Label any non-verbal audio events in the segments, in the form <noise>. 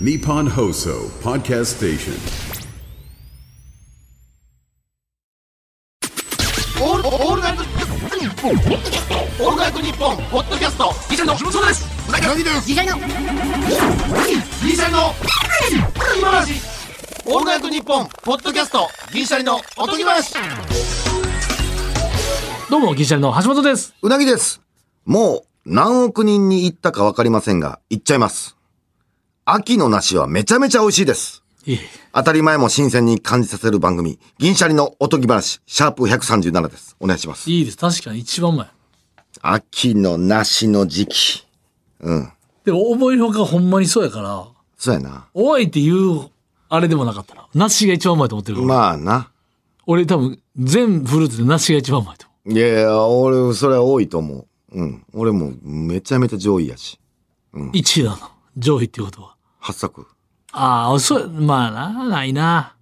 Nippon Hoso Podcast Station. オールオールナイトニッポンオールナイトニッポンポッドキャストギシャリのそうです何ですギシャリのギシャリの今話オールナイトニッポンポッドキャストギシャリのおとぎ話どうも、ギシャリの橋本です。うなぎです。もう何億人に行ったかわかりませんが、行っちゃいます。秋の梨はめちゃめちゃ美味しいです。当たり前も新鮮に感じさせる番組、銀シャリのおとぎ話、シャープ137です。お願いします。いいです。確かに一番前。秋の梨の時期。でも、思いのほかほんまにそうやから、そうやな。おいって言う、あれでもなかったな。ナシが一番前と思ってるから。まあな。俺多分、全フルーツでナシが一番前と思いやいや、俺、それは多いと思う。うん。俺もめちゃめちゃ上位やし。う。1位だな。上位っていうことは。八作。ああ、そう、まあな、ないな。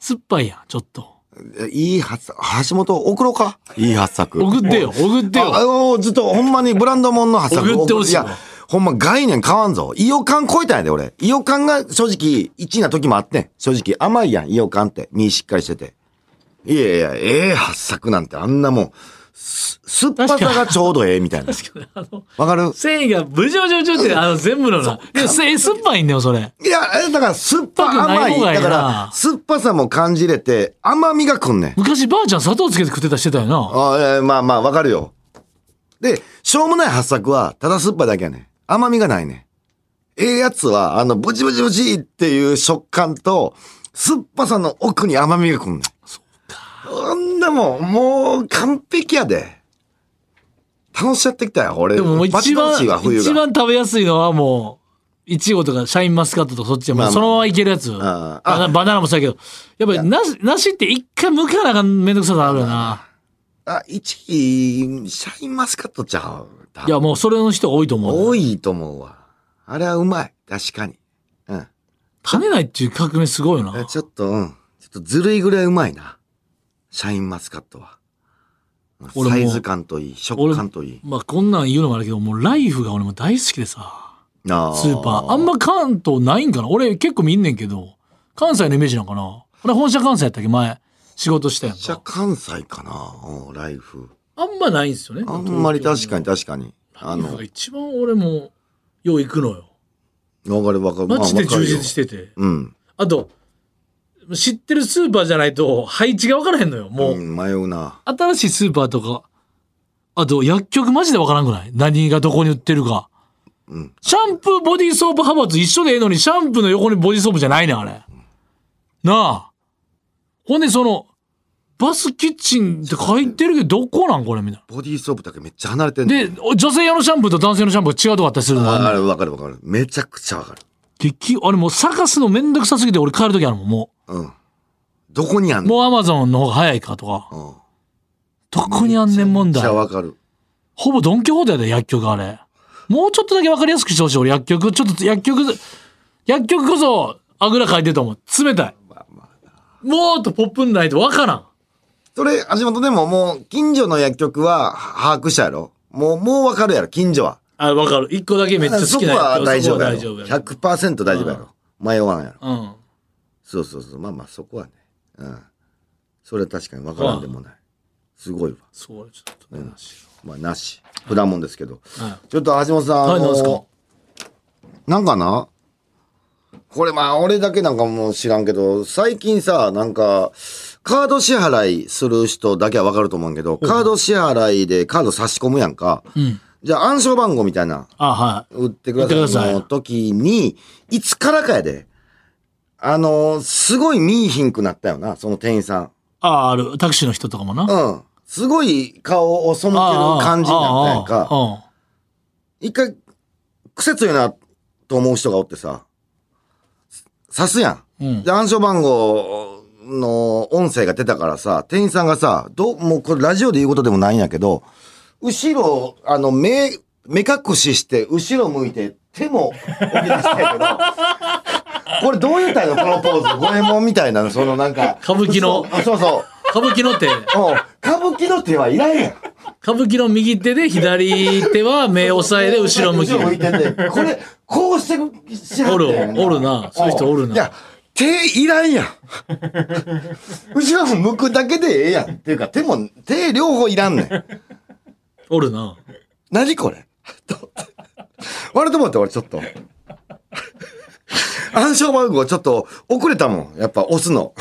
酸っぱいやん、ちょっと。えいい八作。橋本、送ろうかいい八作送ってよ、送ってああよ。のずっとほんまにブランドもんの発作送ってほしいわや、ほんま概念変わんぞ。イオカン超えたんやで、俺。イオカンが正直、1位な時もあってん。正直、甘いやん、イオカンって。身しっかりしてて。いやいや、ええ発作なんてあんなもん、す、酸っぱさがちょうどええみたいな。あの、わかる繊維がブジョブジョブジョって、あの、全部のな。でも、せ酸っぱいんだよ、それ。いや、えだから酸っぱ酸っぱくない甘い。方がいいだなから、酸っぱさも感じれて、甘みがくんねん。昔ばあちゃん砂糖つけて食ってたりしてたよな。あえーまあまあ、わかるよ。で、しょうもない発作は、ただ酸っぱいだけやねん。甘みがないねん。ええやつは、あの、ブチブチブチっていう食感と、酸っぱさの奥に甘みがくんねん。そうか。んなもん、もう、完璧やで。楽しちゃってきたよ、俺。でももうバ一チバ番、チは冬が。一番食べやすいのはもう、いちごとかシャインマスカットとかそっちはもまうあそのままいけるやつ。あバナバナナもそうやけど。やっぱりなし、なしって一回剥かなあかんめんどくささあるよな。あ、1位、シャインマスカットちゃう。いや、もうそれの人多いと思う。多いと思うわ。あれはうまい。確かに。うん。種ないっていう革命すごいよえな。ちょっと、うん。ちょっとずるいぐらいうまいな。シャインマスカットは。俺もサイズ感といい、食感といい。まあこんなん言うのもあるけど、もうライフが俺も大好きでさ。あスーパー。あんま関東ないんかな俺結構見んねんけど。関西のイメージなんかな俺本社関西やったっけ前。仕事したやんじゃか。関西かな、うん、ライフ。あんまないんすよね。あんまり確かに確かに。ああの、のわか一番俺もよう行くのよるわかる。。マジで充実しててて、うん。あと知ってるスーパーじゃないと配置が分からへんのよもう、うん、迷うな。新しいスーパーとかあと薬局マジで分からんくない何がどこに売ってるか、んシャンプーボディーソープ派閥一緒でええのにシャンプーの横にボディーソープじゃないねんあれなあほんでそのバスキッチンって書いてるけどどこなんこれみたいなボディーソープだけめっちゃ離れてんので女性用のシャンプーと男性用のシャンプーが違うとこあったりするのがあんねんああれわかるわかる。めちゃくちゃわかる。激あれもう探すのめんどくさすぎて俺帰る時あるもんもうん。どこにあんうのもうアマゾンの方が早いかとかうんどこにあんねん問めっち題ゃわかる。ほぼドン・キホーテやで薬局あれもうちょっとだけ分かりやすくしてほしい俺薬局ちょっと薬局薬局こそあぐらかいてると思う冷たいもっとポップンないと分からんそれ、橋本でももう、近所の薬局は把握したやろもう、もうわかるやろ、近所は。あ分かる一個だけめっちゃ好そきこなは薬局大丈夫やろ。そこは大丈100%大丈夫やろ。迷わんやろ。夫やうんそうそうそう。まあまあ、そこはね。うん。それは確かに分からんでもない。すごいわ。そうちょっとねなしまあ、なし。普段もんですけど。はちょっと橋本さん、い、はあい、なんですかの、なんかなこれまあ、俺だけなんかもう知らんけど、最近さ、なんか、カード支払いする人だけは分かると思うんやけど、カード支払いでカード差し込むやんか。うんじゃあ暗証番号みたいな。あはい売ってください売ってくださいの時に、いつからかやで。あのーすごい見いひんくなったよな、その店員さん。あああるタクシーの人とかもな、あうん。すごい顔を背けるあ感じになったやんああか。ああ一回、癖強いなと思う人がおってさ、刺すやん。うんで、暗証番号の音声が出たからさ、店員さんがさ、どう、もうこれラジオで言うことでもないんやけど、後ろ、あの、目、目隠しして、後ろ向いて、手も置き出したいけど、 <laughs> これどういうたいのこのポーズ。五右衛門みたいなの、そのなんか。 <laughs> 歌舞伎のそうそうそう。歌舞伎のってもう、歌舞伎の手はいらんやん。歌舞伎の右手で左 <laughs> 手は目押さえで後ろ向き。後ろ向いててこれ、こうして、しはおったるやん、おるな。そういう人おるいな。や、手いらんやん。後ろ向くだけでええやん。っていうか、手も、手両方いらんねん。おるな。何これ <laughs> と思って割れてもらって、俺ちょっと。暗証番号ちょっと遅れたもん。やっぱ押すの。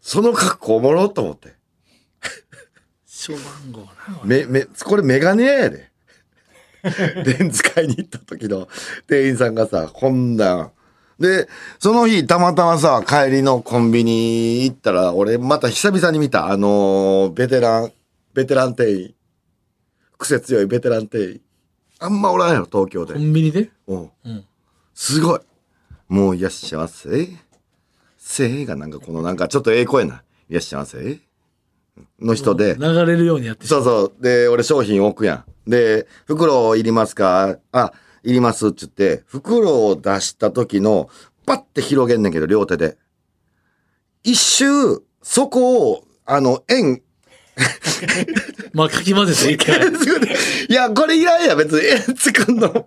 その格好おもろと思って。小番号な。め、め、これメガネ屋や <laughs> で。レンズ買いに行った時の店員さんがさ、こんなん。で、その日、たまたまさ、帰りのコンビニ行ったら、俺、また久々に見た、あのーベテラン、ベテラン店員。癖強いベテラン店員。あんまおらんやろ、東京でコ。ンビニでうんんすごい。もういらっしゃいませ。せーがなんかこのなんかちょっとええ声な。いらっしゃいませ。の人で。流れるようにやってしそうそう。で、俺商品置くやん。で、袋いりますかあ、いりますって言って、袋を出した時の、パッて広げんねんけど、両手で。一周、そこを、あの、円、 <laughs> まあ、かき混ぜていけない。円作っていや、これいらんやん、別に。円作んの。やっ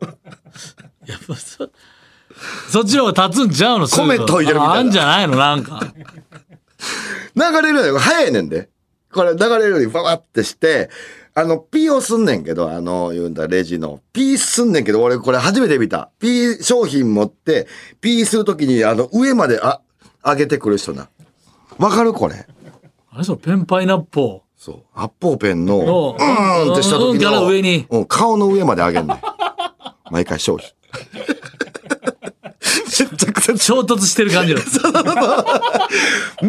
ぱそそっちの方が立つんちゃうのすぐ米研いでるみたいなああんじゃないのな <laughs> んか。流れるよ。早いねんで。これ流れるよりババってして、あの、ピーをすんねんけど、あの、言うんだ、レジの。ピーすんねんけど、俺これ初めて見た。ピー商品持って、ピーするときに、あの、上まで、あ、上げてくる人な。わかるこれ。あれそのペンパイナッポそう。発泡ペンの、うのーんってしたとうんきからの、上にうん、顔の上まで上げんねん。毎回商 <laughs> 品。めちゃくちゃ衝突して <laughs> る感じの。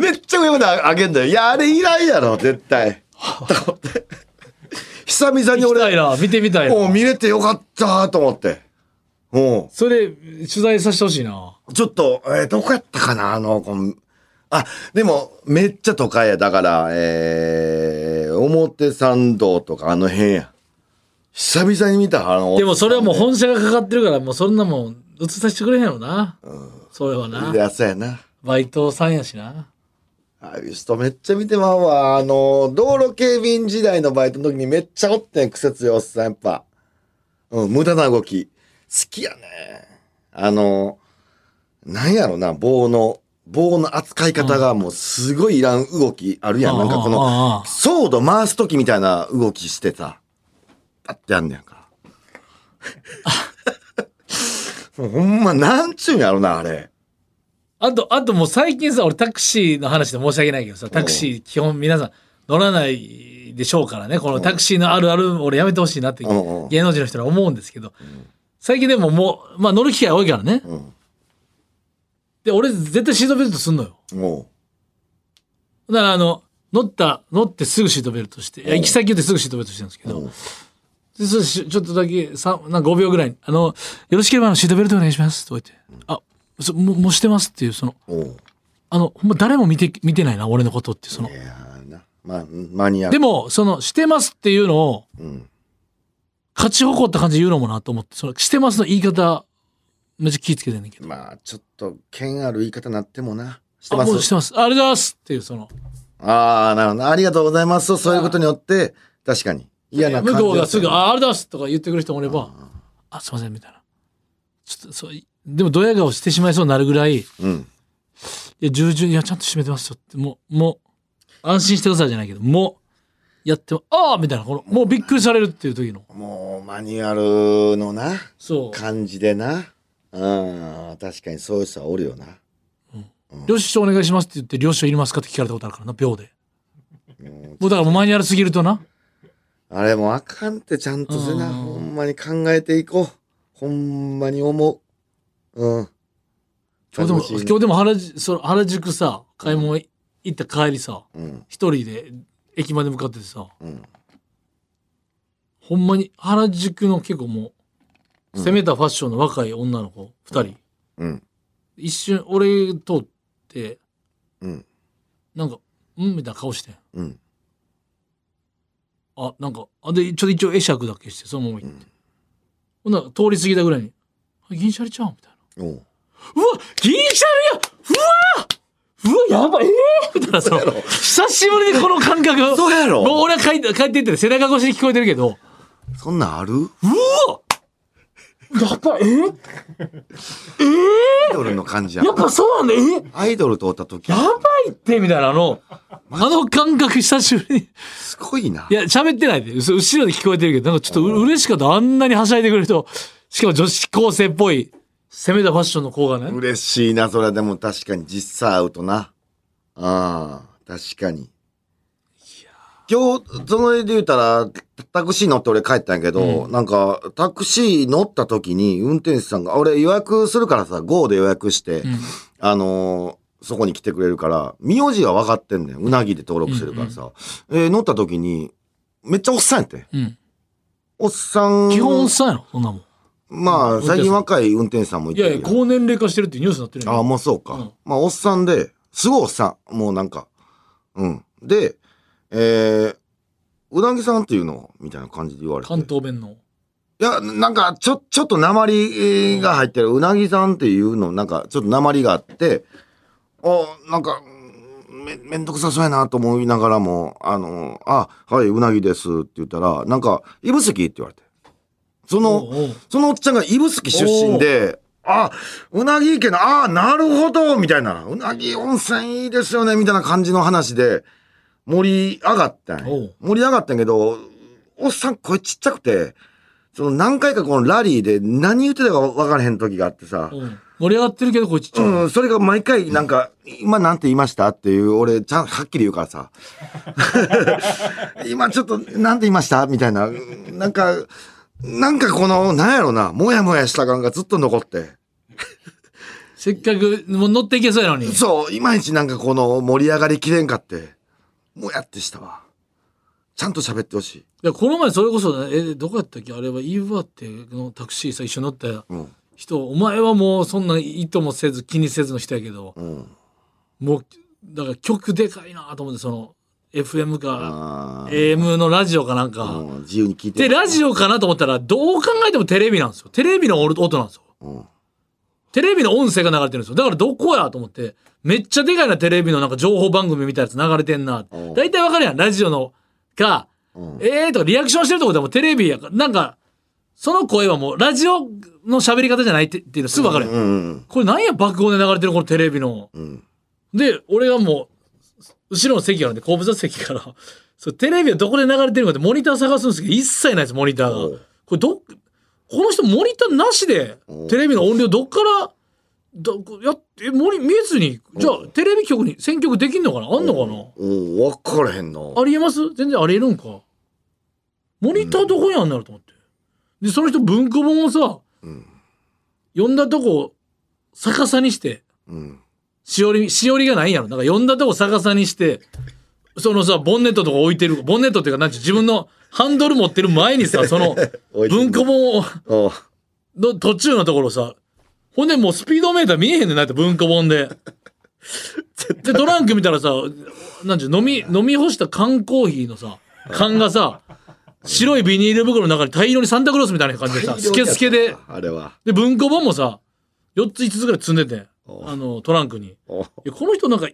めっちゃ上まであげんだよ。いや、あれいらんやろ、絶対。 <laughs> と思って久々に見たい俺、な、見てみたいもうな。見れてよかったと思って。もそれ、取材させてほしいな。う、ちょっと、えーどこやったかな、あの、こんあ、でも、めっちゃ都会や。だから、えー、表参道とかあの辺や。久々に見た、あの、でもそれはもう本社がかかってるから、もうそんなもん映させてくれへんよな。それはな。いや、そうやな。バイトさんやしな。ああいう人めっちゃ見てまうわ。あの、道路警備員時代のバイトの時にめっちゃおってん、癖強いおっさん、やっぱ。うん、無駄な動き。好きやね。あの、なんやろな、棒の、棒の扱い方がもうすごいいらん動きあるやん。なんかこあああのあ、ソード回す時みたいな動きしてた。パッてやんねやんか。 <laughs> もうほんま、なんちゅうんやろな、あれ。あと、あともう最近さ、俺タクシーの話で申し訳ないけどさ、タクシー基本皆さん乗らないでしょうからね、このタクシーのあるある、俺やめてほしいなってうんうん芸能人の人は思うんですけど、最近でももう、まあ乗る機会多いからね。んで、俺絶対シートベルトすんのよ。もだからあの、乗った、乗ってすぐシートベルトして、いや行き先言ってすぐシートベルトしてるんですけど、でそうしちょっとだけ、さんなんか5秒ぐらいに、あの、よろしければあのシートベルトお願いしますとか言って、あ、そもうもうしてますっていう、その、う、もう。あの、ほんま誰も見て、見てないな、俺のことって、そのい。やーな、まあ、マニアックでも、その、してますっていうのを、勝ち誇った感じで言うのもなと思って、その、してますの言い方、めっちゃ気ぃつけてんねんけど。まあ、ちょっと、剣ある言い方なってもな。してあ、まもうしす。てます。ありがとうございますっていう、その、ああ、なるほど。ありがとうございます。そういうことによって、確かに。嫌な向感じこうがだすぐ、ああ、ありがとうございますとか言ってくる人もおれば、あ、すいません、みたいな。ちょっと、そう、でも、ドヤ顔してしまいそうになるぐらい、いうん。や、従順、いや、ちゃんと締めてますよって、もう、もう、安心してくださいじゃないけど、もう、やっても、ああみたいな、この、もうびっくりされるっていう時の、もう、マニュアルのな、そう。感じでな。うん、確かにそういう人はおるよな。領収書お願いしますって言って領収書いりますかって聞かれたことあるからな秒でもうだからもうマニュアルすぎるとなあれもうあかんって、ちゃんとせな。ほんまに考えていこう。ほんまに思う。うん。今日でも楽しいね今日でも原宿その原宿さ買い物行った帰りさうん。一人で駅まで向かっててさ、んほんまに原宿の結構もう攻めたファッションの若い女の子二人、うん。一瞬俺通って、うんなんか「うん?」みたいな顔してんうん。あ、なんか、あで、ちょっと一応会釈だけして、そのまま行って。ほんなら通り過ぎたぐらいに、あ銀シャリちゃうんみたいおな。ううわ銀シャリやうわうわ、やばい、ええー、みたいな、その、久しぶりにこの感覚。そうやろもう俺は帰って、帰っていって背中越しに聞こえてるけど、そんなんあるやっぱ、えー、アイドルの感じやんやっぱそうなんだ、えー、アイドルとおった時やばいって、みたいな、あの、あの感覚久しぶりに。すごいないや、喋ってないで。う後ろで聞こえてるけど、なんかちょっとう嬉しかった。あんなにはしゃいでくれる人。しかも女子高生っぽい、攻めたファッションの子がね。嬉しいなそれはでも確かに実際会うとなああ確かに今日その絵で言うたらタクシー乗って俺帰ったんやけど、なんかタクシー乗った時に運転手さんが俺予約するからさ GO で予約して、うんあのーそこに来てくれるから名字は分かってんねんうなぎで登録してるからさ、えー乗った時にめっちゃおっさんやってうん。おっさん基本おっさんやろ、そんなもん。まあ最近若い運転手さんもいいてるややんいや、高年齢化してるってニュースになってるああ、よ。もうそうか。うんまあ、おっさんで、すごいおっさん。もうなんか。うん。で、えー、うなぎさんっていうのみたいな感じで言われて。関東弁の。いや、なんか、ちょ、ちょっと鉛が入ってる。うなぎさんっていうの、なんか、ちょっと鉛があって、あなんか、うんめ、めんどくさそうやなと思いながらも、あの、あ、はい、うなぎですって言ったら、なんか、いぶすきって言われて。その、おうおうそのおっちゃんが指宿出身で、あ、うなぎ池の、ああ、なるほど、みたいな、うなぎ温泉いいですよね、みたいな感じの話で、盛り上がったんやおう盛り上がったんやけど、おっさん声ちっちゃくて、その何回かこのラリーで何言ってたか分からへん時があってさ、うん盛り上がってるけど、こいつちっちゃい。うん、それが毎回なんか、今なんて言いましたっていう、俺、ちゃん、はっきり言うから <laughs> さ。今ちょっと、なんて言いましたみたいな。なんか、なんかこの、なんやろな、もやもやした感がずっと残って。せっかく、もう乗っていけそうやのに。そう、いまいちなんかこの盛り上がりきれんかって、もやってしたわ。ちゃんと喋ってほしい。いやこの前それこそ、ね、えどこやったっけあれはイーバーってのタクシーさ一緒に乗ったうん、人、お前はもうそんな意図もせず気にせずの人やけど、うん。もうだから曲でかいなと思ってその FM かあー AM のラジオかなんか、うん自由に聞いて。でラジオかなと思ったらどう考えてもテレビなんですよテレビの音なんですようんテレビの音声が流れてるんですよだからどこやと思ってめっちゃでかいなテレビのなんか情報番組みたいなやつ流れてんなうん大体わかるやんラジオのかうんえーとかリアクションしてるとこでもテレビやからなんかその声はもうラジオの喋り方じゃないってっていうのすぐわかるやん、うん。これなんや爆音で流れてるこのテレビのうん。で俺はもう後ろの席があるんで後部座席から <laughs> そうテレビはどこで流れてるかってモニター探すんですけど一切ないですモニタおーがうこれどっこの人モニターなしでおうテレビの音量どっからどやってモニ見えずにじゃあテレビ局に選曲できんのかなあんのかなうん。わからへんな。ありえます全然ありえるんかモニターどこにあんなると思ってでその人文庫本をさ、ん読んだとこを逆さにしてうん。しおり、しおりがないんやろ。なんか呼んだとこ逆さにして、そのさ、ボンネットとか置いてる、ボンネットっていうか、なんちゅう自分のハンドル持ってる前 <laughs> にさ、その置いてる文庫本をおうの途中のところさ、ほんでもうスピードメーター見えへんねんなって文庫本で。で、トランク見たらさ、なんちゅう、飲み、飲み干した缶コーヒーのさ、缶がさ、白いビニール袋の中に大量にサンタクロースみたいな感じでさ、スケスケで、あれは。で、文庫本もさ、4つ5つぐらい積んでて、おあの、トランクに。おういやこの人なんか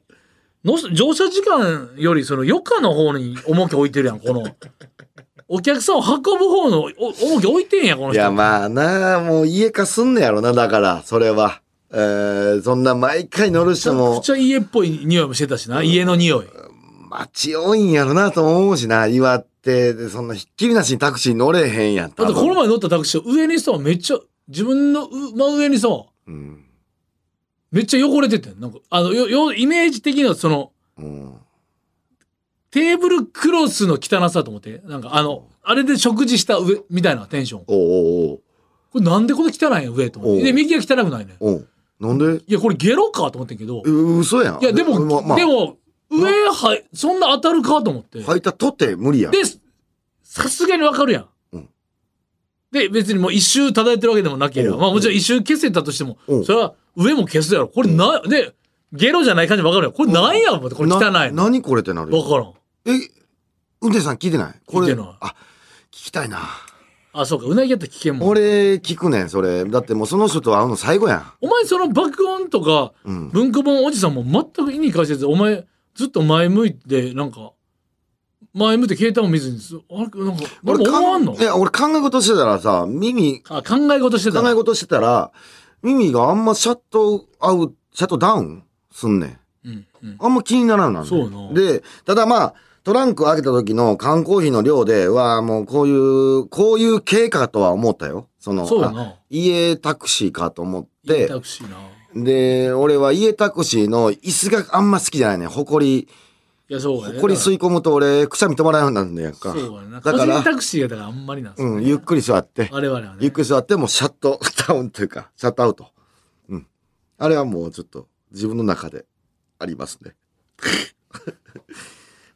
の乗車時間よりその余暇の方に重き置いてるやんこのお客さんを運ぶ方のお重き置いてんやこのい人やまあなあもう家化すんねやろなだからそれは、えー、そんな毎回乗る人めっもちゃ家っぽい匂いもしてたしな家の匂い街多いんやろなと思うしな岩手でそんなひっきりなしにタクシー乗れへんやんだってこの多分前乗ったタクシー上にさめっちゃ自分のう真上にさうんめっちゃ汚れててんなんかあのよよイメージ的なそのうんテーブルクロスの汚さと思ってなんかあのあれで食事した上みたいなテンションこおうれなんでこれ汚いんや上と思っおうてで右が汚くないねんおうおうおうなんでいやこれゲロかと思ってんけどう嘘やんいや、でも、ままあでも、上はい、そんな当たるかと思って。履いたとて無理やんで、さすがにわかるやん。うんで、別にもう一周叩いてるわけでもなければ、うんまあもちろん一周消せたとしても、うんそれは上も消すやろ。これな、で、ゲロじゃない感じわかるやん。これなんや思って、これ汚いの。なわ何これってなるからん。え運転手さん聞いてないこれ聞いてないあ聞きたいなあ、そうか、うなぎやったら聞けんもん。俺聞くねんそれだってもうその人と会うの最後やんお前その爆音とか、文庫本おじさんも全く意味解説お前ずっと前向いてなんか前向いて携帯も見ずにすあれなんか俺も思わんのかいや俺考え事してたらさ耳あ考え事してた考え事してたら耳があんまシャットアウトシャットダウンすんねんうんうん、あんま気にならんなんねそうなでただまあトランク開けた時の缶コーヒーの量ではもうこういうこういう経過とは思ったよそのそうやあな家タクシーかと思っ言いてたくしいなで俺は家タクシーの椅子があんま好きじゃないねんほこりいやそうやほねこり吸い込むと俺くしゃみ止まらなくなるんだよかそうやなだか個人タら、クシーやだからあんまりなんですよねうん、ゆっくり座って我々はねゆっくり座ってもうシャット <laughs> ダウンというかシャットアウト、うん、あれはもうちょっと自分の中でありますね <laughs>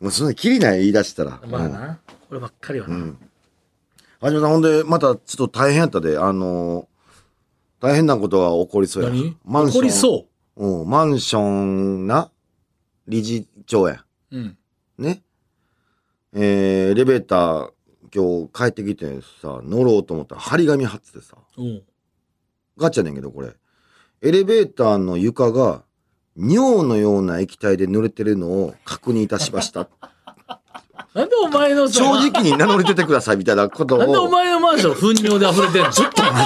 もうそんなきりない言い出したら、まあうんなこればっかりはな、橋本さんほんでまたちょっと大変やったであのー大変なことが起こりそうや何マンション、怒りそうん、マンションな理事長やううんねえーエレベーター今日帰ってきてさ乗ろうと思ったら張り紙貼っててさおうガチャねんけどこれエレベーターの床が尿のような液体で濡れてるのを確認いたしました <laughs> なんでお前のさ正直に名乗り出てくださいみたいなことをなんでお前のマンション糞尿で溢れてん <laughs> の待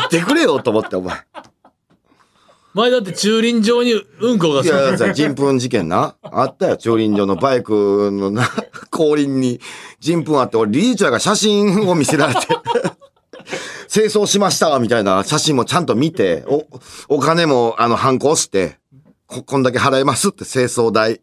ってくれよと思ってお前前だって駐輪場にうんこがいさやさ人糞事件なあったよ駐輪場のバイクの <laughs> な後輪に人糞あって俺理事長が写真を見せられて <laughs> 清掃しましたみたいな写真もちゃんと見ておお金もあのハンコ押してここんだけ払いますって清掃代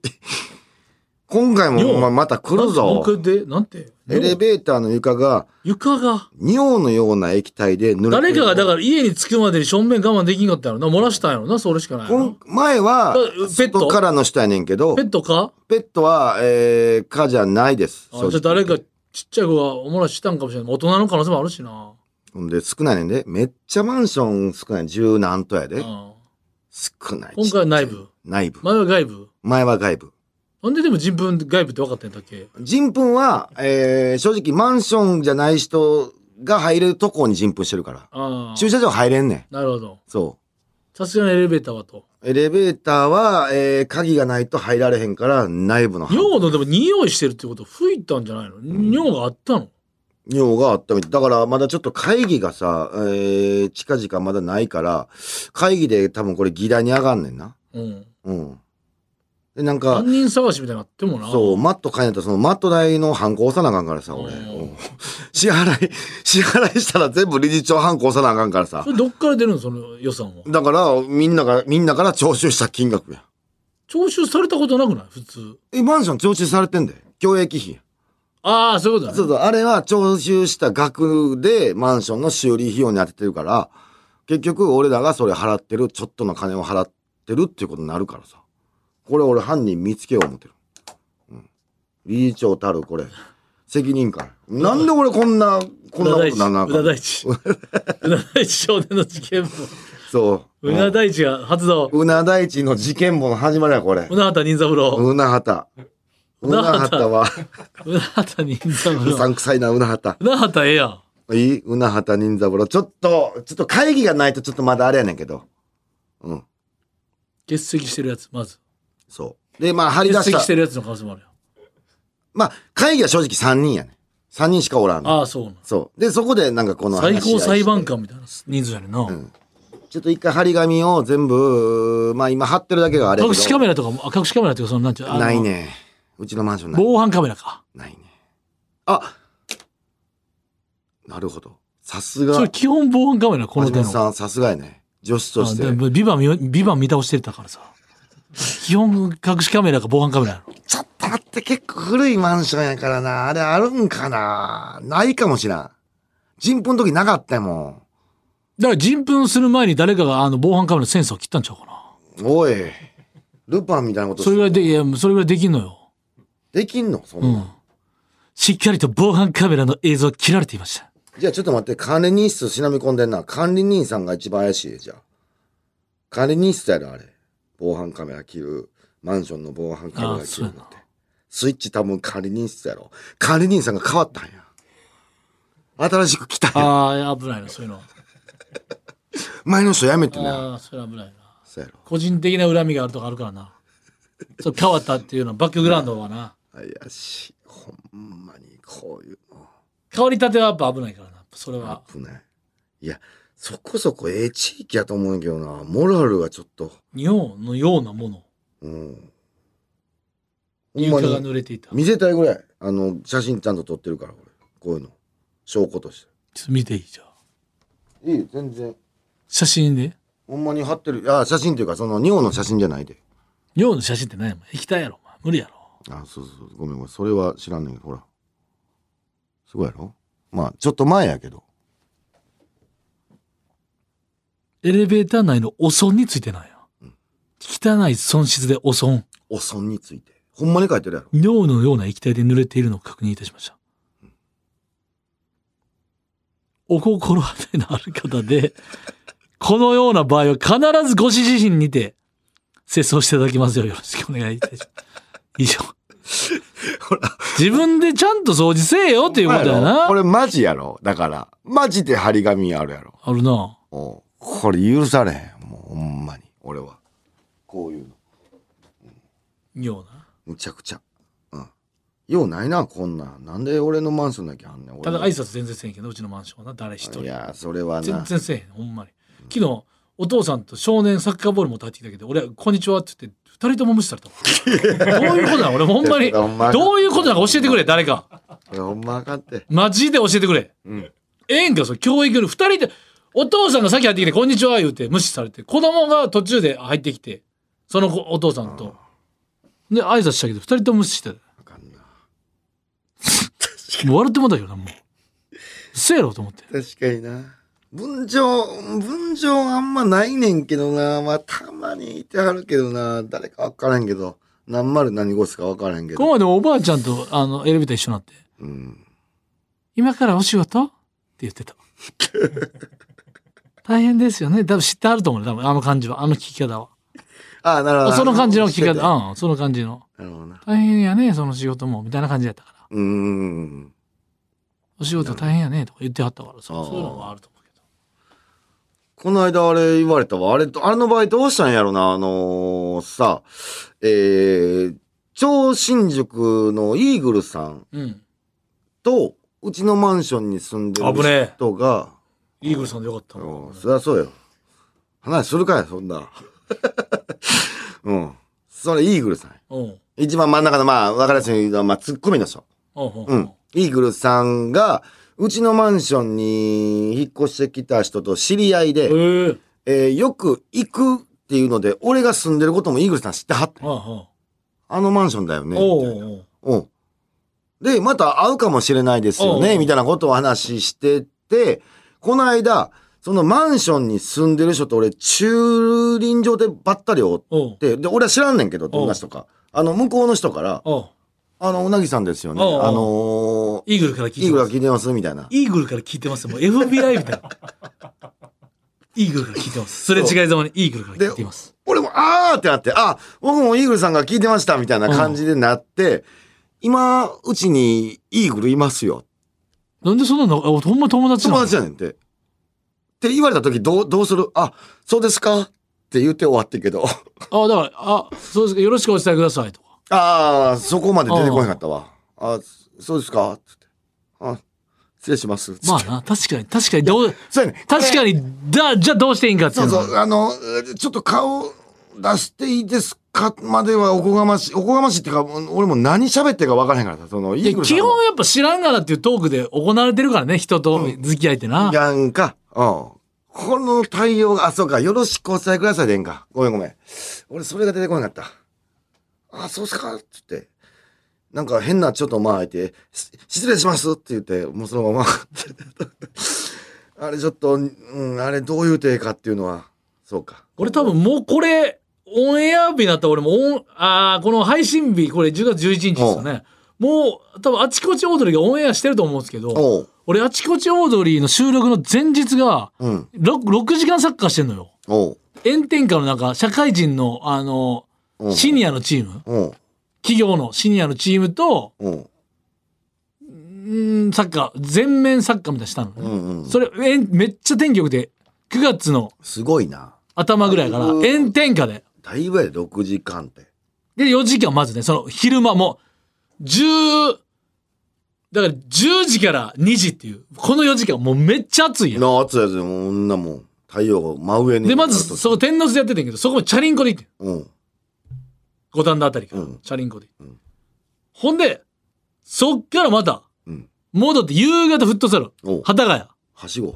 今回もお前また来るぞ僕でなんてエレベーターの床が床が尿のような液体で濡れて誰るかがだから家に着くまでに正面我慢できんかったんやろな漏らしたんやろなそれしかないこよなん前はだペット外からの人やねんけどペットかペットは、えー、蚊じゃないです。あ正直じゃあ誰かちっちゃい子がお漏らししたんかもしれない大人の可能性もあるしなほんで、少ないねんで。めっちゃマンション少ない。十何とやうんで。少ない。今回は内部内部。前は外部前は外部。なんででも人分外部って分かってんだっけ人糞は、えー、正直マンションじゃない人が入れるとこに人糞してるから。あ駐あ車場入れんねん。なるほどそさすがにエレベーターはとう。エレベーターは、えー、鍵がないと入られへんから、内部の。尿のでも匂いしてるってこと吹いたんじゃないの尿があったの尿があったみたい。だから、まだちょっと会議がさ、えー、近々まだないから、会議で多分これ議題に上がんねんな。うんうん。で、なんか、犯人探しみたいになってもなそう、マット買えんやったら、そのマット代のハンコ押さなあかんからさ、俺。うんうん <laughs> 支払い、 <laughs> 支払いしたら全部理事長ハンコ押さなあかんからさそ。れどっから出るのその予算はだから、みんなが、みんなから徴収した金額や。徴収されたことなくない普通え、マンション徴収されてんで。共益費。ああそういうことだ、ね、そうそう、あれは徴収した額でマンションの修理費用に当ててるから、結局俺らがそれ払ってる、ちょっとの金を払ってるっていうことになるからさ。これ俺犯人見つけよう思ってる。うん。理事長たるこれ。責任感。なんで俺こんな、こんな裏こ大と地なんなあか裏ん大地裏大地少年の事件もそう。裏大地が発動うな大地の事件簿の始まりや、これ。うなはた任三郎うなはた。うなはたは、うなはた任三うさ郎んくさいな、うなはた。うなはたええやいんいうなはた任三郎。ちょっと、ちょっと会議がないとちょっとまだあれやねんけど。うん。欠席してるやつまずそう。で、まあ、張り出欠席ししてた。るやつの可能性もあるよまあ、会議は正直3人やねん。3人しかおらんの。ああそうなそう。で、そこでなんかこの最話し合い高して裁判官みたいな人数やねんな、ちょっと一回張り紙を全部、まあ今貼ってるだけがあれやけ隠しカど。メラとかもあ隠しカメラとかそのなんちゅうあのないね。うちのマンションない。防犯カメラかないね。あなるほど。さすそがれ、基本防犯カメラこの橋手本のさん、さすがやね。女子として。あでもビバン見ビバン見倒してたからさ基本隠しカメラか防犯カメラやろちょっと待って、結構古いマンションやからな。あれあるんかなないかもしらん。人糞の時なかったよも。だから人糞する前に誰かがあの防犯カメラのセンサーを切ったんちゃうかなんおい、ルパンみたいなことそれぐらいでいやそれぐらいできんのよできんのそんな、ん。しっかりと防犯カメラの映像が切られていましたじゃあちょっと待って、管理人室しなみ込んでんな。管理人さんが一番怪しいでじゃあ。管理人室やろ、あれ。防犯カメラ切る。マンションの防犯カメラあ切そうるやのなって。スイッチ多分管理人室やろ。管理人さんが変わったんや。新しく来たよああ、危ないな、そういうの。前の人やめてなああ、それ危ないな。そうやろ個人的な恨みがあるとかあるからな。そう、変わったっていうのは、バックグラウンドはな。怪しいほんまにこういうの香りたてはやっぱ危ないからな。それは。危ないいやそこそこええ地域やと思うんやけどなモラルがちょっと尿のようなもの。うんほんま床がに濡れていた。見せたいぐらいあの写真ちゃんと撮ってるから俺こういうの証拠としちょっと見ていいじゃん。ていい全然写真で。ほんまに貼ってるあ写真っていうかその尿の写真じゃないで尿の写真って何やもん。液体やろ、お前無理やろ。あそうそうごめんごめんそれは知らんねんけどほらすごいやろまあちょっと前やけどエレベーター内の汚損についてなんや。汚い損失で汚損。おそんについてほんまに書いてるやろ尿のような液体で濡れているのを確認いたしました。お心当たりのある方で、このような場合は必ずご自身にて、清掃していただきますようよろしくお願いいたします。以上。ほら自分でちゃんと掃除せえよっていうことやこな。れマジやろだからマジで張り紙あるやろあるな。おうこれ許されへんもうほんまに俺はこういうの尿な。むちゃくちゃうんようないなこんなんなんで俺のマンションだけあんねん俺ただ挨拶全然せえへんけど、うちのマンションはな、誰一人い。やそれは全な然せえへん、ほんまに。昨日、お父さんと少年サッカーボール持って入ってきたけど、俺、こんにちはって言って、二人とも無視されたもんどういうことなの俺、ほんまいに。やほんまどういうことなのか教えてくれ、誰か。これほんまあかんってマジで教えてくれ。ええんか、それ、教育の二人で、お父さんが先入ってきて、こんにちは言うて無視されて、子供が途中で入ってきて、その子お父さんと。で、挨拶したけど、二人とも無視してた。あかんなもう笑ってもうたけどな、もう。せえろと思って。確かにな文章文章あんまないねんけどなまあたまにいてはるけどな誰か分からんけど何丸何号すか分からんけこのど前でもおばあちゃんとあのエレベーター一緒になって、今からお仕事って言 <laughs> ってた大変ですよね多分知ってあると思うね多分あの感じはあの聞き方はあなるほどその感じの聞きしててな方うんその感じのるほどな大変やねその仕事もみたいな感じやったからうーんお仕事大変やねとか言ってはったからそあうーそういうのもあると思うけどこの間あれ言われたわあれあの場合どうしたんやろなあのーさえー、超新宿のイーグルさんうんとうちのマンションに住んで危ねえる人がイーグルさんでよかったうん、そりゃそうよ。話するかよ、そんな。 <laughs> うん。それ、イーグルさん。うんうん一番真ん中の、まあ、わかりやすいのは、まあ、ツッコミの人。うんううんん。イーグルさんが、うちのマンションに引っ越してきた人と知り合いえで、ーえーよく行くっていうので、俺が住んでることもイーグルさん知ってはって。はあはあのマンションだよね。あおうみたいなおううん。で、また会うかもしれないですよおうおね、うみたいなことを話してて、この間、そのマンションに住んでる人と俺、駐輪場でばったりおっおうて、で、俺は知らんねんけど、どんな人か。あの、向こうの人から、おうあの、うなぎさんですよね。おうおうあのー、イーグルからイー聞いてグルまがす聞いてますみたいな。イーグルから聞いてますもう FBI みたいな <laughs> イーグルから聞いてますすれ違いざまにイーグルから聞いています俺も、あーってなって、あ、僕もイーグルさんが聞いてました、みたいな感じでなって、今、うちにイーグルいますよ。なんでそんなのあほんま友達な友の達やねんって。って言われた時どう、どうするあ、そうですかって言って終わってんけど。あだからあそうですかよろしくお伝えくださいとか <laughs> ああ、そこまで出てこなかったわ。あそうですかつって。あ、失礼します。つってまあな確かに確かにどう <laughs> そうやねん確かにだじゃあどうしていいんかっていそううのはそう、あの、ちょっと顔出していいですかまではおこがましい。おこがましいっていうか、俺も何喋ってるか分からへんからさ、その、イいやーグルさん基も本やっぱ知らんがなっていうトークで行われてるからね人と付き合いってな、やんか。うん。この対応が、あ、そうか、よろしくお伝えくださいでええんか。ごめんごめん。俺、それが出てこなかった。あ、そうっすかつって。なんか変なちょっと間空いて、し失礼しますって言って、もうそのまま。あれちょっと、うん、あれどういう手かっていうのは、そうか。俺多分もうこれオンエア日になったら俺もオンあーこの配信日これ10月11日ですよねもう多分あちこちオードリーがオンエアしてると思うんですけどおう。俺あちこちオードリーの収録の前日がうん。 6, 時間サッカーしてんのよおう。炎天下の中社会人のあのうんシニアのチームおう。企業のシニアのチームとおう。うんサッカー全面サッカーみたいにしたのね、それえんめっちゃ天気良くて9月のすごいな。頭ぐらいからうん炎天下でだいぶやで、6時間って。で4時間まずねその昼間もう10だから10時から2時っていうこの4時間もうめっちゃ暑いやんなあ、暑いやつで、もう女もう太陽が真上に。でまずそこ天王洲でやってたんやけどそこもチャリンコで行ってんうん。五反田あたりから、うんチャリンコで、ほんでそっからまたうん。戻って夕方フットサルおう幡ヶ谷はしご。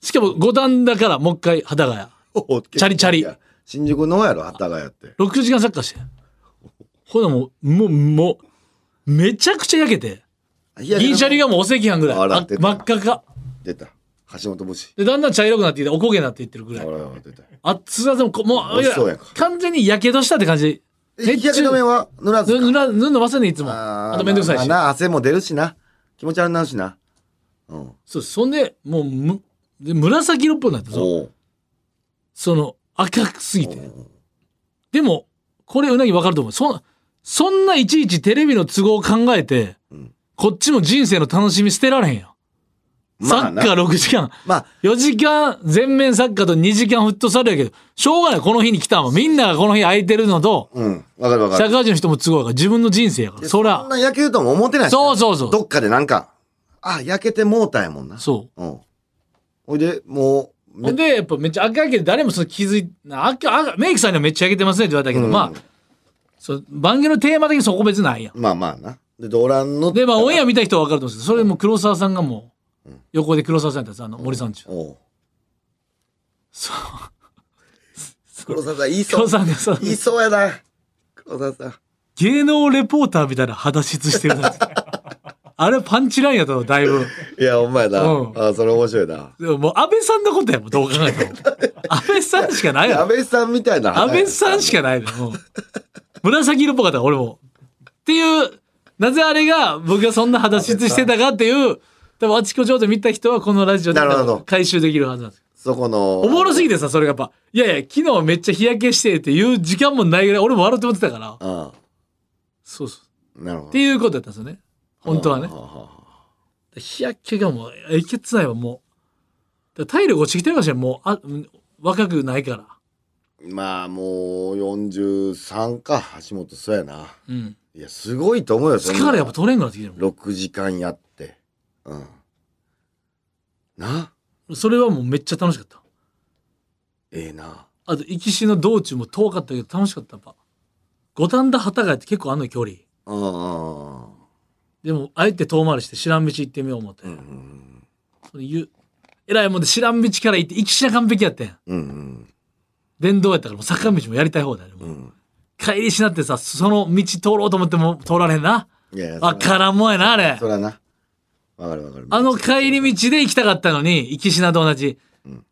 しかも五反田からもう一回幡ヶ谷チチャリチャリ。新宿の方やろ、幡ヶ谷って。 6時間サッカーしてほなもうもうもうめちゃくちゃ焼けていや銀シャリがもうお赤飯ぐらいあらあ出た真っ赤か出た。橋本節。でだんだん茶色くなっていっておこげになっていってるぐらあいらあら出た。熱さでもこもうい美味しそうややんか完全にやけどしたって感じえ日焼け止めは塗らずぬかぬらぬんの忘れねいつもああーとめんどくさいし、まあな、汗も出るしな。気持ち悪なるしな。うん。そうそんでもうむで紫色っぽくなってそのおうその赤くすぎてでもこれうなぎ分かると思うそんそんないちいちテレビの都合を考えて、こっちも人生の楽しみ捨てられへんよ、まあサッなカー6時間まあ、 4時間全面サッカーと2時間フットサルやけどしょうがないこの日に来たもんみんながこの日空いてるのとうん。わかるわか社る。会人の人も都合やから自分の人生やからそそらんな焼けるとも思ってないしなそうそうそうどっかでなんか、あ、焼けてもうたんやもんな。。そううん。ほいで、もう、ほんで、やっぱめっちゃ赤いけど、誰もその気づいな赤、赤、メイクさんにはめっちゃ焼けてますねって言われたけど、うんまあ、そう、番組のテーマ的にそこ別にないやん。まあまあな。で、ドランの。で、まあ、オンエア見た人は分かると思うんですけど、それも黒沢さんがもう、横で黒沢さんやったんです、あの、森さんちゅう。おうそう。 <laughs> 黒沢さん、言いそ黒う。沢がさ、言いそうやな。黒沢さん。芸能レポーターみたいな肌質してるなって。あれパンチラインやったの、だいぶ。いや、ほんまやな。うんあ、それ面白いな。でももう、安倍さんのことやもん、どう考えても。安倍さんしかないや安ろ。倍さんみたいな。安倍さんしかないのよ。うん紫色っぽかった、俺も。っていう、なぜあれが僕がそんな肌質してたかっていう、多分あちこちょで見た人はこのラジオでなるほど回収できるはずなんですよそこの。おもろすぎてさ、それがやっぱ、いやいや、昨日めっちゃ日焼けしてっていう時間もないぐらい、俺も笑って思ってたから。うん。そうそう。なるほど。っていうことだったんですよね。本当はねあ。あ日焼けがもう、えけつないわ、もう。だから体力落ちてきてるかもしれん、もう、あうん若くないから。まあもう43か橋本そうやなうん。いやすごいと思うよそんな力やっぱ取れんくなってきてるもん6時間やってうんなそれはもうめっちゃ楽しかった。ええなあと、行きしの道中も遠かったけど楽しかった、やっぱ。五反田幡ヶ谷って結構あんのよ距離。うんうんうんでも、あえて遠回りして知らん道行ってみよう思って。それ言う。えらいもんで知らん道から行って、行きしな完璧やってん。うんうん電動やったから、もう坂道もやりたい方だよ、もう帰りしなってさ、その道通ろうと思っても通られへんな。いやいやわからんもんやな、あ <laughs> れそ。らなわかるわかるあの帰り道で行きたかったのに、行きしなと同じ。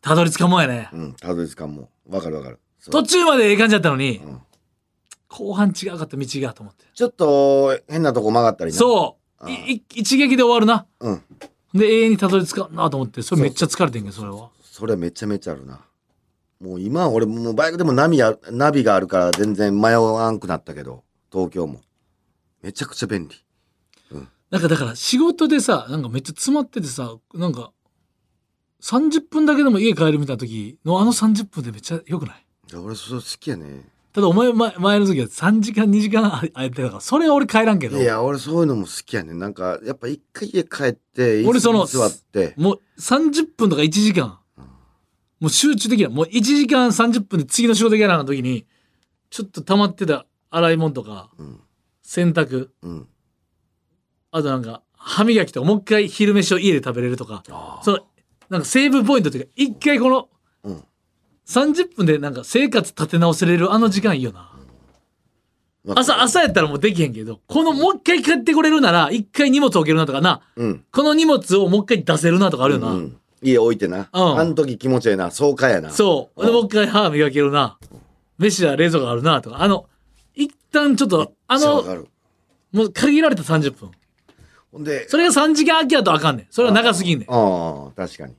たどり着かんもんやね。うんたどり着かんもんわかるわかるそう途中までええ感じだったのにん、後半違うかった道がと思って。ちょっと変なとこ曲がったりなそう。いい一撃で終わるな。うんで永遠にたどり着かんなと思ってそれめっちゃ疲れてんけどそれはそれめちゃめちゃあるなもう今俺もうバイクでもナビやナビがあるから全然迷わんくなったけど東京もめちゃくちゃ便利なんかだから仕事でさなんかめっちゃ詰まっててさなんか30分だけでも家帰るみたいな時のあの30分でめっちゃ良くないいや俺それ好きやねただお前前前の時は3時間2時間あ空いてたからそれは俺帰らんけどいや俺そういうのも好きやねなんかやっぱ一回家帰って俺その椅子に座ってもう30分とか1時間もう集中できないもう1時間30分で次の仕事行けなあかん時にちょっと溜まってた洗い物とか、洗濯うんあとなんか、歯磨きとか、もう一回昼飯を家で食べれるとか、その、なんかセーブポイントというか、一回この、うん30分でなんか生活立て直せれるあの時間いいよな。わかる朝、朝やったらもうできへんけど、このもう一回帰ってこれるなら、一回荷物置けるなとかな、うんこの荷物をもう一回出せるなとかあるよな。うん家置いてな、うんあの時気持ちええな爽快やなそう。で、もう一回歯磨けるな。飯は冷蔵庫あるなとか、あの、一旦ちょっと、あそうわかの、るもう限られた30分。ほんでそれが3時間空きやとあかんねん。それは長すぎんねん。ああ確かに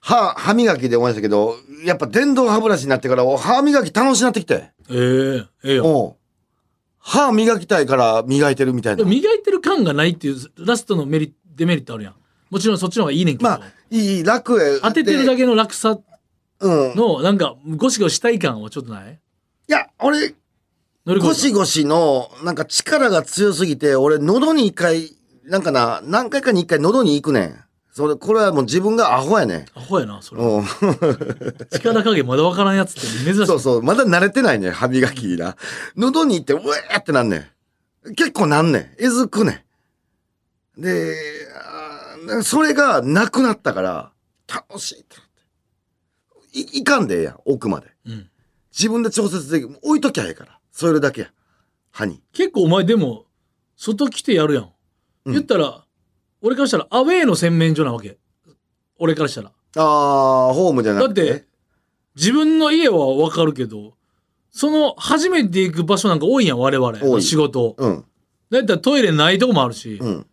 歯歯磨きで思いましたけどやっぱ電動歯ブラシになってからお歯磨き楽しなってきてええええよ。おう歯磨きたいから磨いてるみたいな。磨いてる感がないっていうラストのメリデメリットあるやんもちろんそっちの方がいいねんけど、まあ、いい、楽へ。当ててるだけの落差うん。いのなんかゴシゴシしたい感はちょっとないや、俺、乗りゴ越シえゴシの、なんか力が強すぎて、俺、喉に一回、なんかな、何回かに一回喉に行くねん。それ、これはもう自分がアホやねん。たアホやなそれうん。力加減まだわからんやつって珍 <laughs> しいそうそう、まだ慣れてないね、歯磨きな。喉に行って、うえーってなんねん。結構なんねん。えずくねん。で、あーなそれがなくなったから、楽しいってなって。い、いかんでええやん、奥まで。うん自分で調節できる。置いときゃええから。それだけや。歯に。結構お前でも外来てやるやん、うん言ったら俺からしたらアウェーの洗面所なわけ俺からしたらあー、ホームじゃなだっくて。て自分の家は分かるけどその初めて行く場所なんか多いやん我多々い仕事うん、だったらトイレないとこもあるし、うん。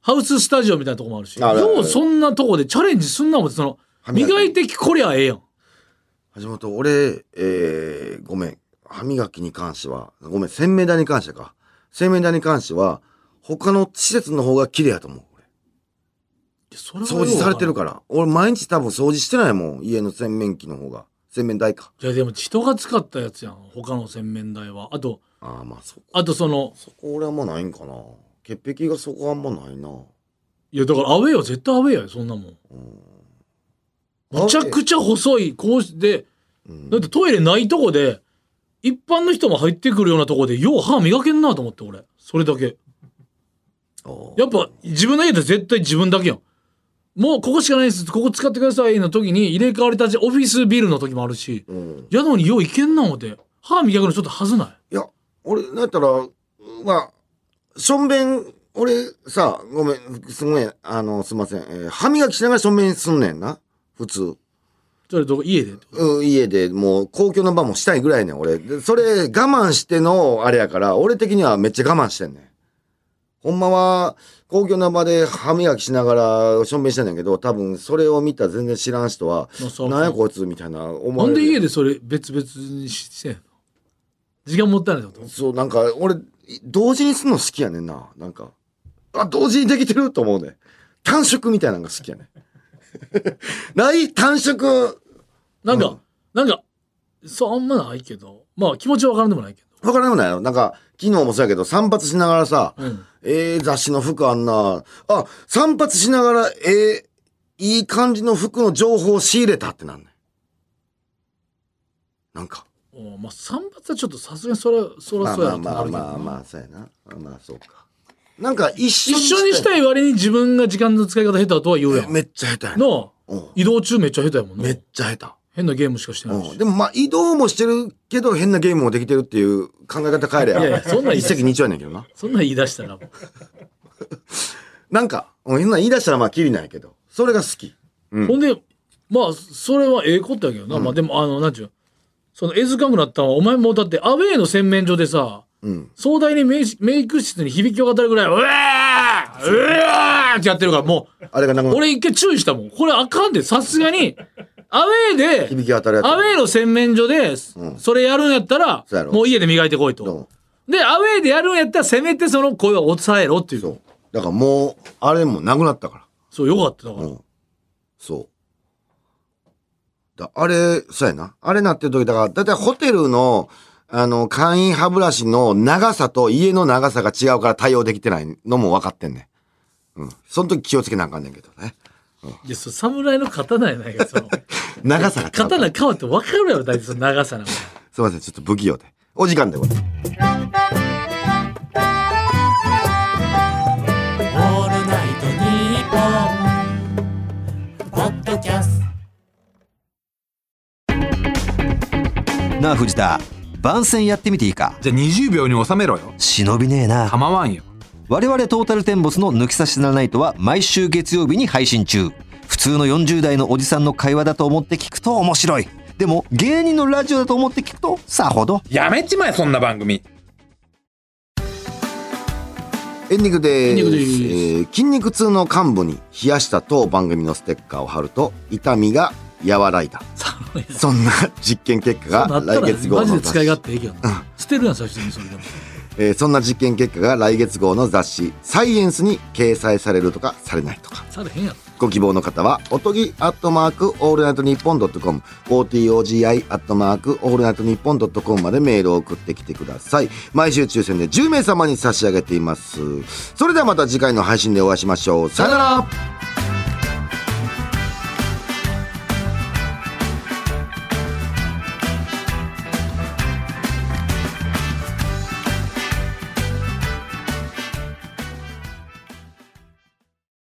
ハウススタジオみたいなとこもあるしあるあるあるようそんなとこでチャレンジすんなもんその歯磨き磨いてきこりゃええやん橋本、俺、えー、ごめん。歯磨きに関しては、ごめん、洗面台に関してか。洗面台に関しては、他の施設の方が綺麗やと思う。俺それはよう掃除されてるから。俺、毎日多分掃除してないもん。家の洗面器の方が。洗面台か。いやでも人が使ったやつやん他の洗面台はあとああ、まあ、そこ。あとそのそこ俺あんまないんかな。潔癖がそこあんまないな。いやだからアウェーは絶対アウェーやよそんなもんむちゃくちゃ細いこうしてうんだってトイレないとこで一般の人も入ってくるようなとこでよう歯磨けんなと思って俺それだけあーやっぱ自分の家で絶対自分だけやんもうここしかないですここ使ってくださいの時に入れ替わり立ちオフィスビルの時もあるしうん。やのによういけんな思って歯磨くのちょっとはずないいや、俺、なんやったら、まあ、しょんべん、俺さ、ごめん、すごい、あの、すいません。えー歯磨きしながらしょんべんすんねんな。普通。それどこ家でってことうん、家でもう公共の場もしたいぐらいねん俺でそれ我慢してのあれやから俺的にはめっちゃ我慢してんねんほんまは公共の場で歯磨きしながらしょんべんしてんねんけど多分それを見た全然知らん人はまあそ「うなんやこいつ」みたいな思なわれんるで家でそれ別々にしてんの時間もったいないってことそうなんか俺同時にすんの好きやねんななんかあ同時にできてると思うね短縮みたいなのが好きやねん <laughs> ない短縮なんか、うんなんか、そう、あんまないけど、まあ気持ちはわからんでもないけわからなくないのなんか昨日もそうやけど散髪しながらさ、ど。うん。ええ雑誌の服あんな。あ、散髪しながら、ええいい感じの服の情報を仕入れたってなんねんなんか。おまあ散髪はちょっとさすがにそれは、そりまゃあそうやまろあまあうとなまあるけどなまあ、そうやな。まあそうか。なんか一緒一緒にしいたい割に自分が時間の使い方下手とは言うやん。めっちゃ下手やな。の、うん移動中めっちゃ下手やもんめねっ。ちゃ下変なゲームしかし手。てないうしん。。でもまあ移動もしてるけど変なゲームもできてるっていう考え方変えりゃ。いやいやそんなんいい一石二鳥やねんけどな。そんなん言い出したら、なんか、うんそんなん言い出したらまあきりないけど。それが好き。うんほんで、まあ、それはええことやけどな。まあでも、あの、なんちゅう、その絵図かくなったんは、お前もうだってアウェーの洗面所でさ、うん。壮大にメイメイク室に響き渡るぐらい、うわーうわーってやってるから、もう、あれがなくなっ俺一回注意したもん。これあかんで、さすがに、アウェーで、響き当たるやつ。アウェーの洗面所で、それやるんやったらそうや、ろもう家で磨いてこういんと。で、アウェーでやるんやったら、せめてその声は抑えろっていう。そそうう。だからもう、あれもなくなったか。よかった。だからら、うん。そう。だあれ、そうやな。あれなってる時、だから、だいたいホテルの、あの、簡易歯ブラシの長さと家の長さが違うから対応できてないのも分かってんねん。うん。その時気をつけなあかんねんけどね。いや、そ侍の刀やないか、 <laughs> その。長さが違うから。刀変わって分かるやろ、大体その長さなんか。すいません、ちょっと不器用で。お時間でございます。オールナイトニッポン」ポッドキャストなあ藤田番宣やってみていいかじゃあ20秒に収めろよ忍びねえな構わんよ我々トータルテンボスの抜き差しならないとは毎週月曜日に配信中普通の40代のおじさんの会話だと思って聞くと面白いでも芸人のラジオだと思って聞くとさほどやめちまえそんな番組エンディングでエンディングす。でえすー筋肉痛の幹部に冷やした当番組のステッカーを貼ると、痛みが和らい <laughs> だ。そんな実験結果がなった来ら、月号マジので使い雑誌勝手いいけどな。捨てるやん、最初にそれでも。えーそんな実験結果が来月号の雑誌「サイエンス」に掲載されるとかされないとかされへんやろご希望の方はおとぎアットマークオールナイトニッポンドットコム OTOGI アットマークオールナイトニッポンドットコムまでメールを送ってきてください毎週抽選で10名様に差し上げていますそれではまた次回の配信でお会いしましょうさよなら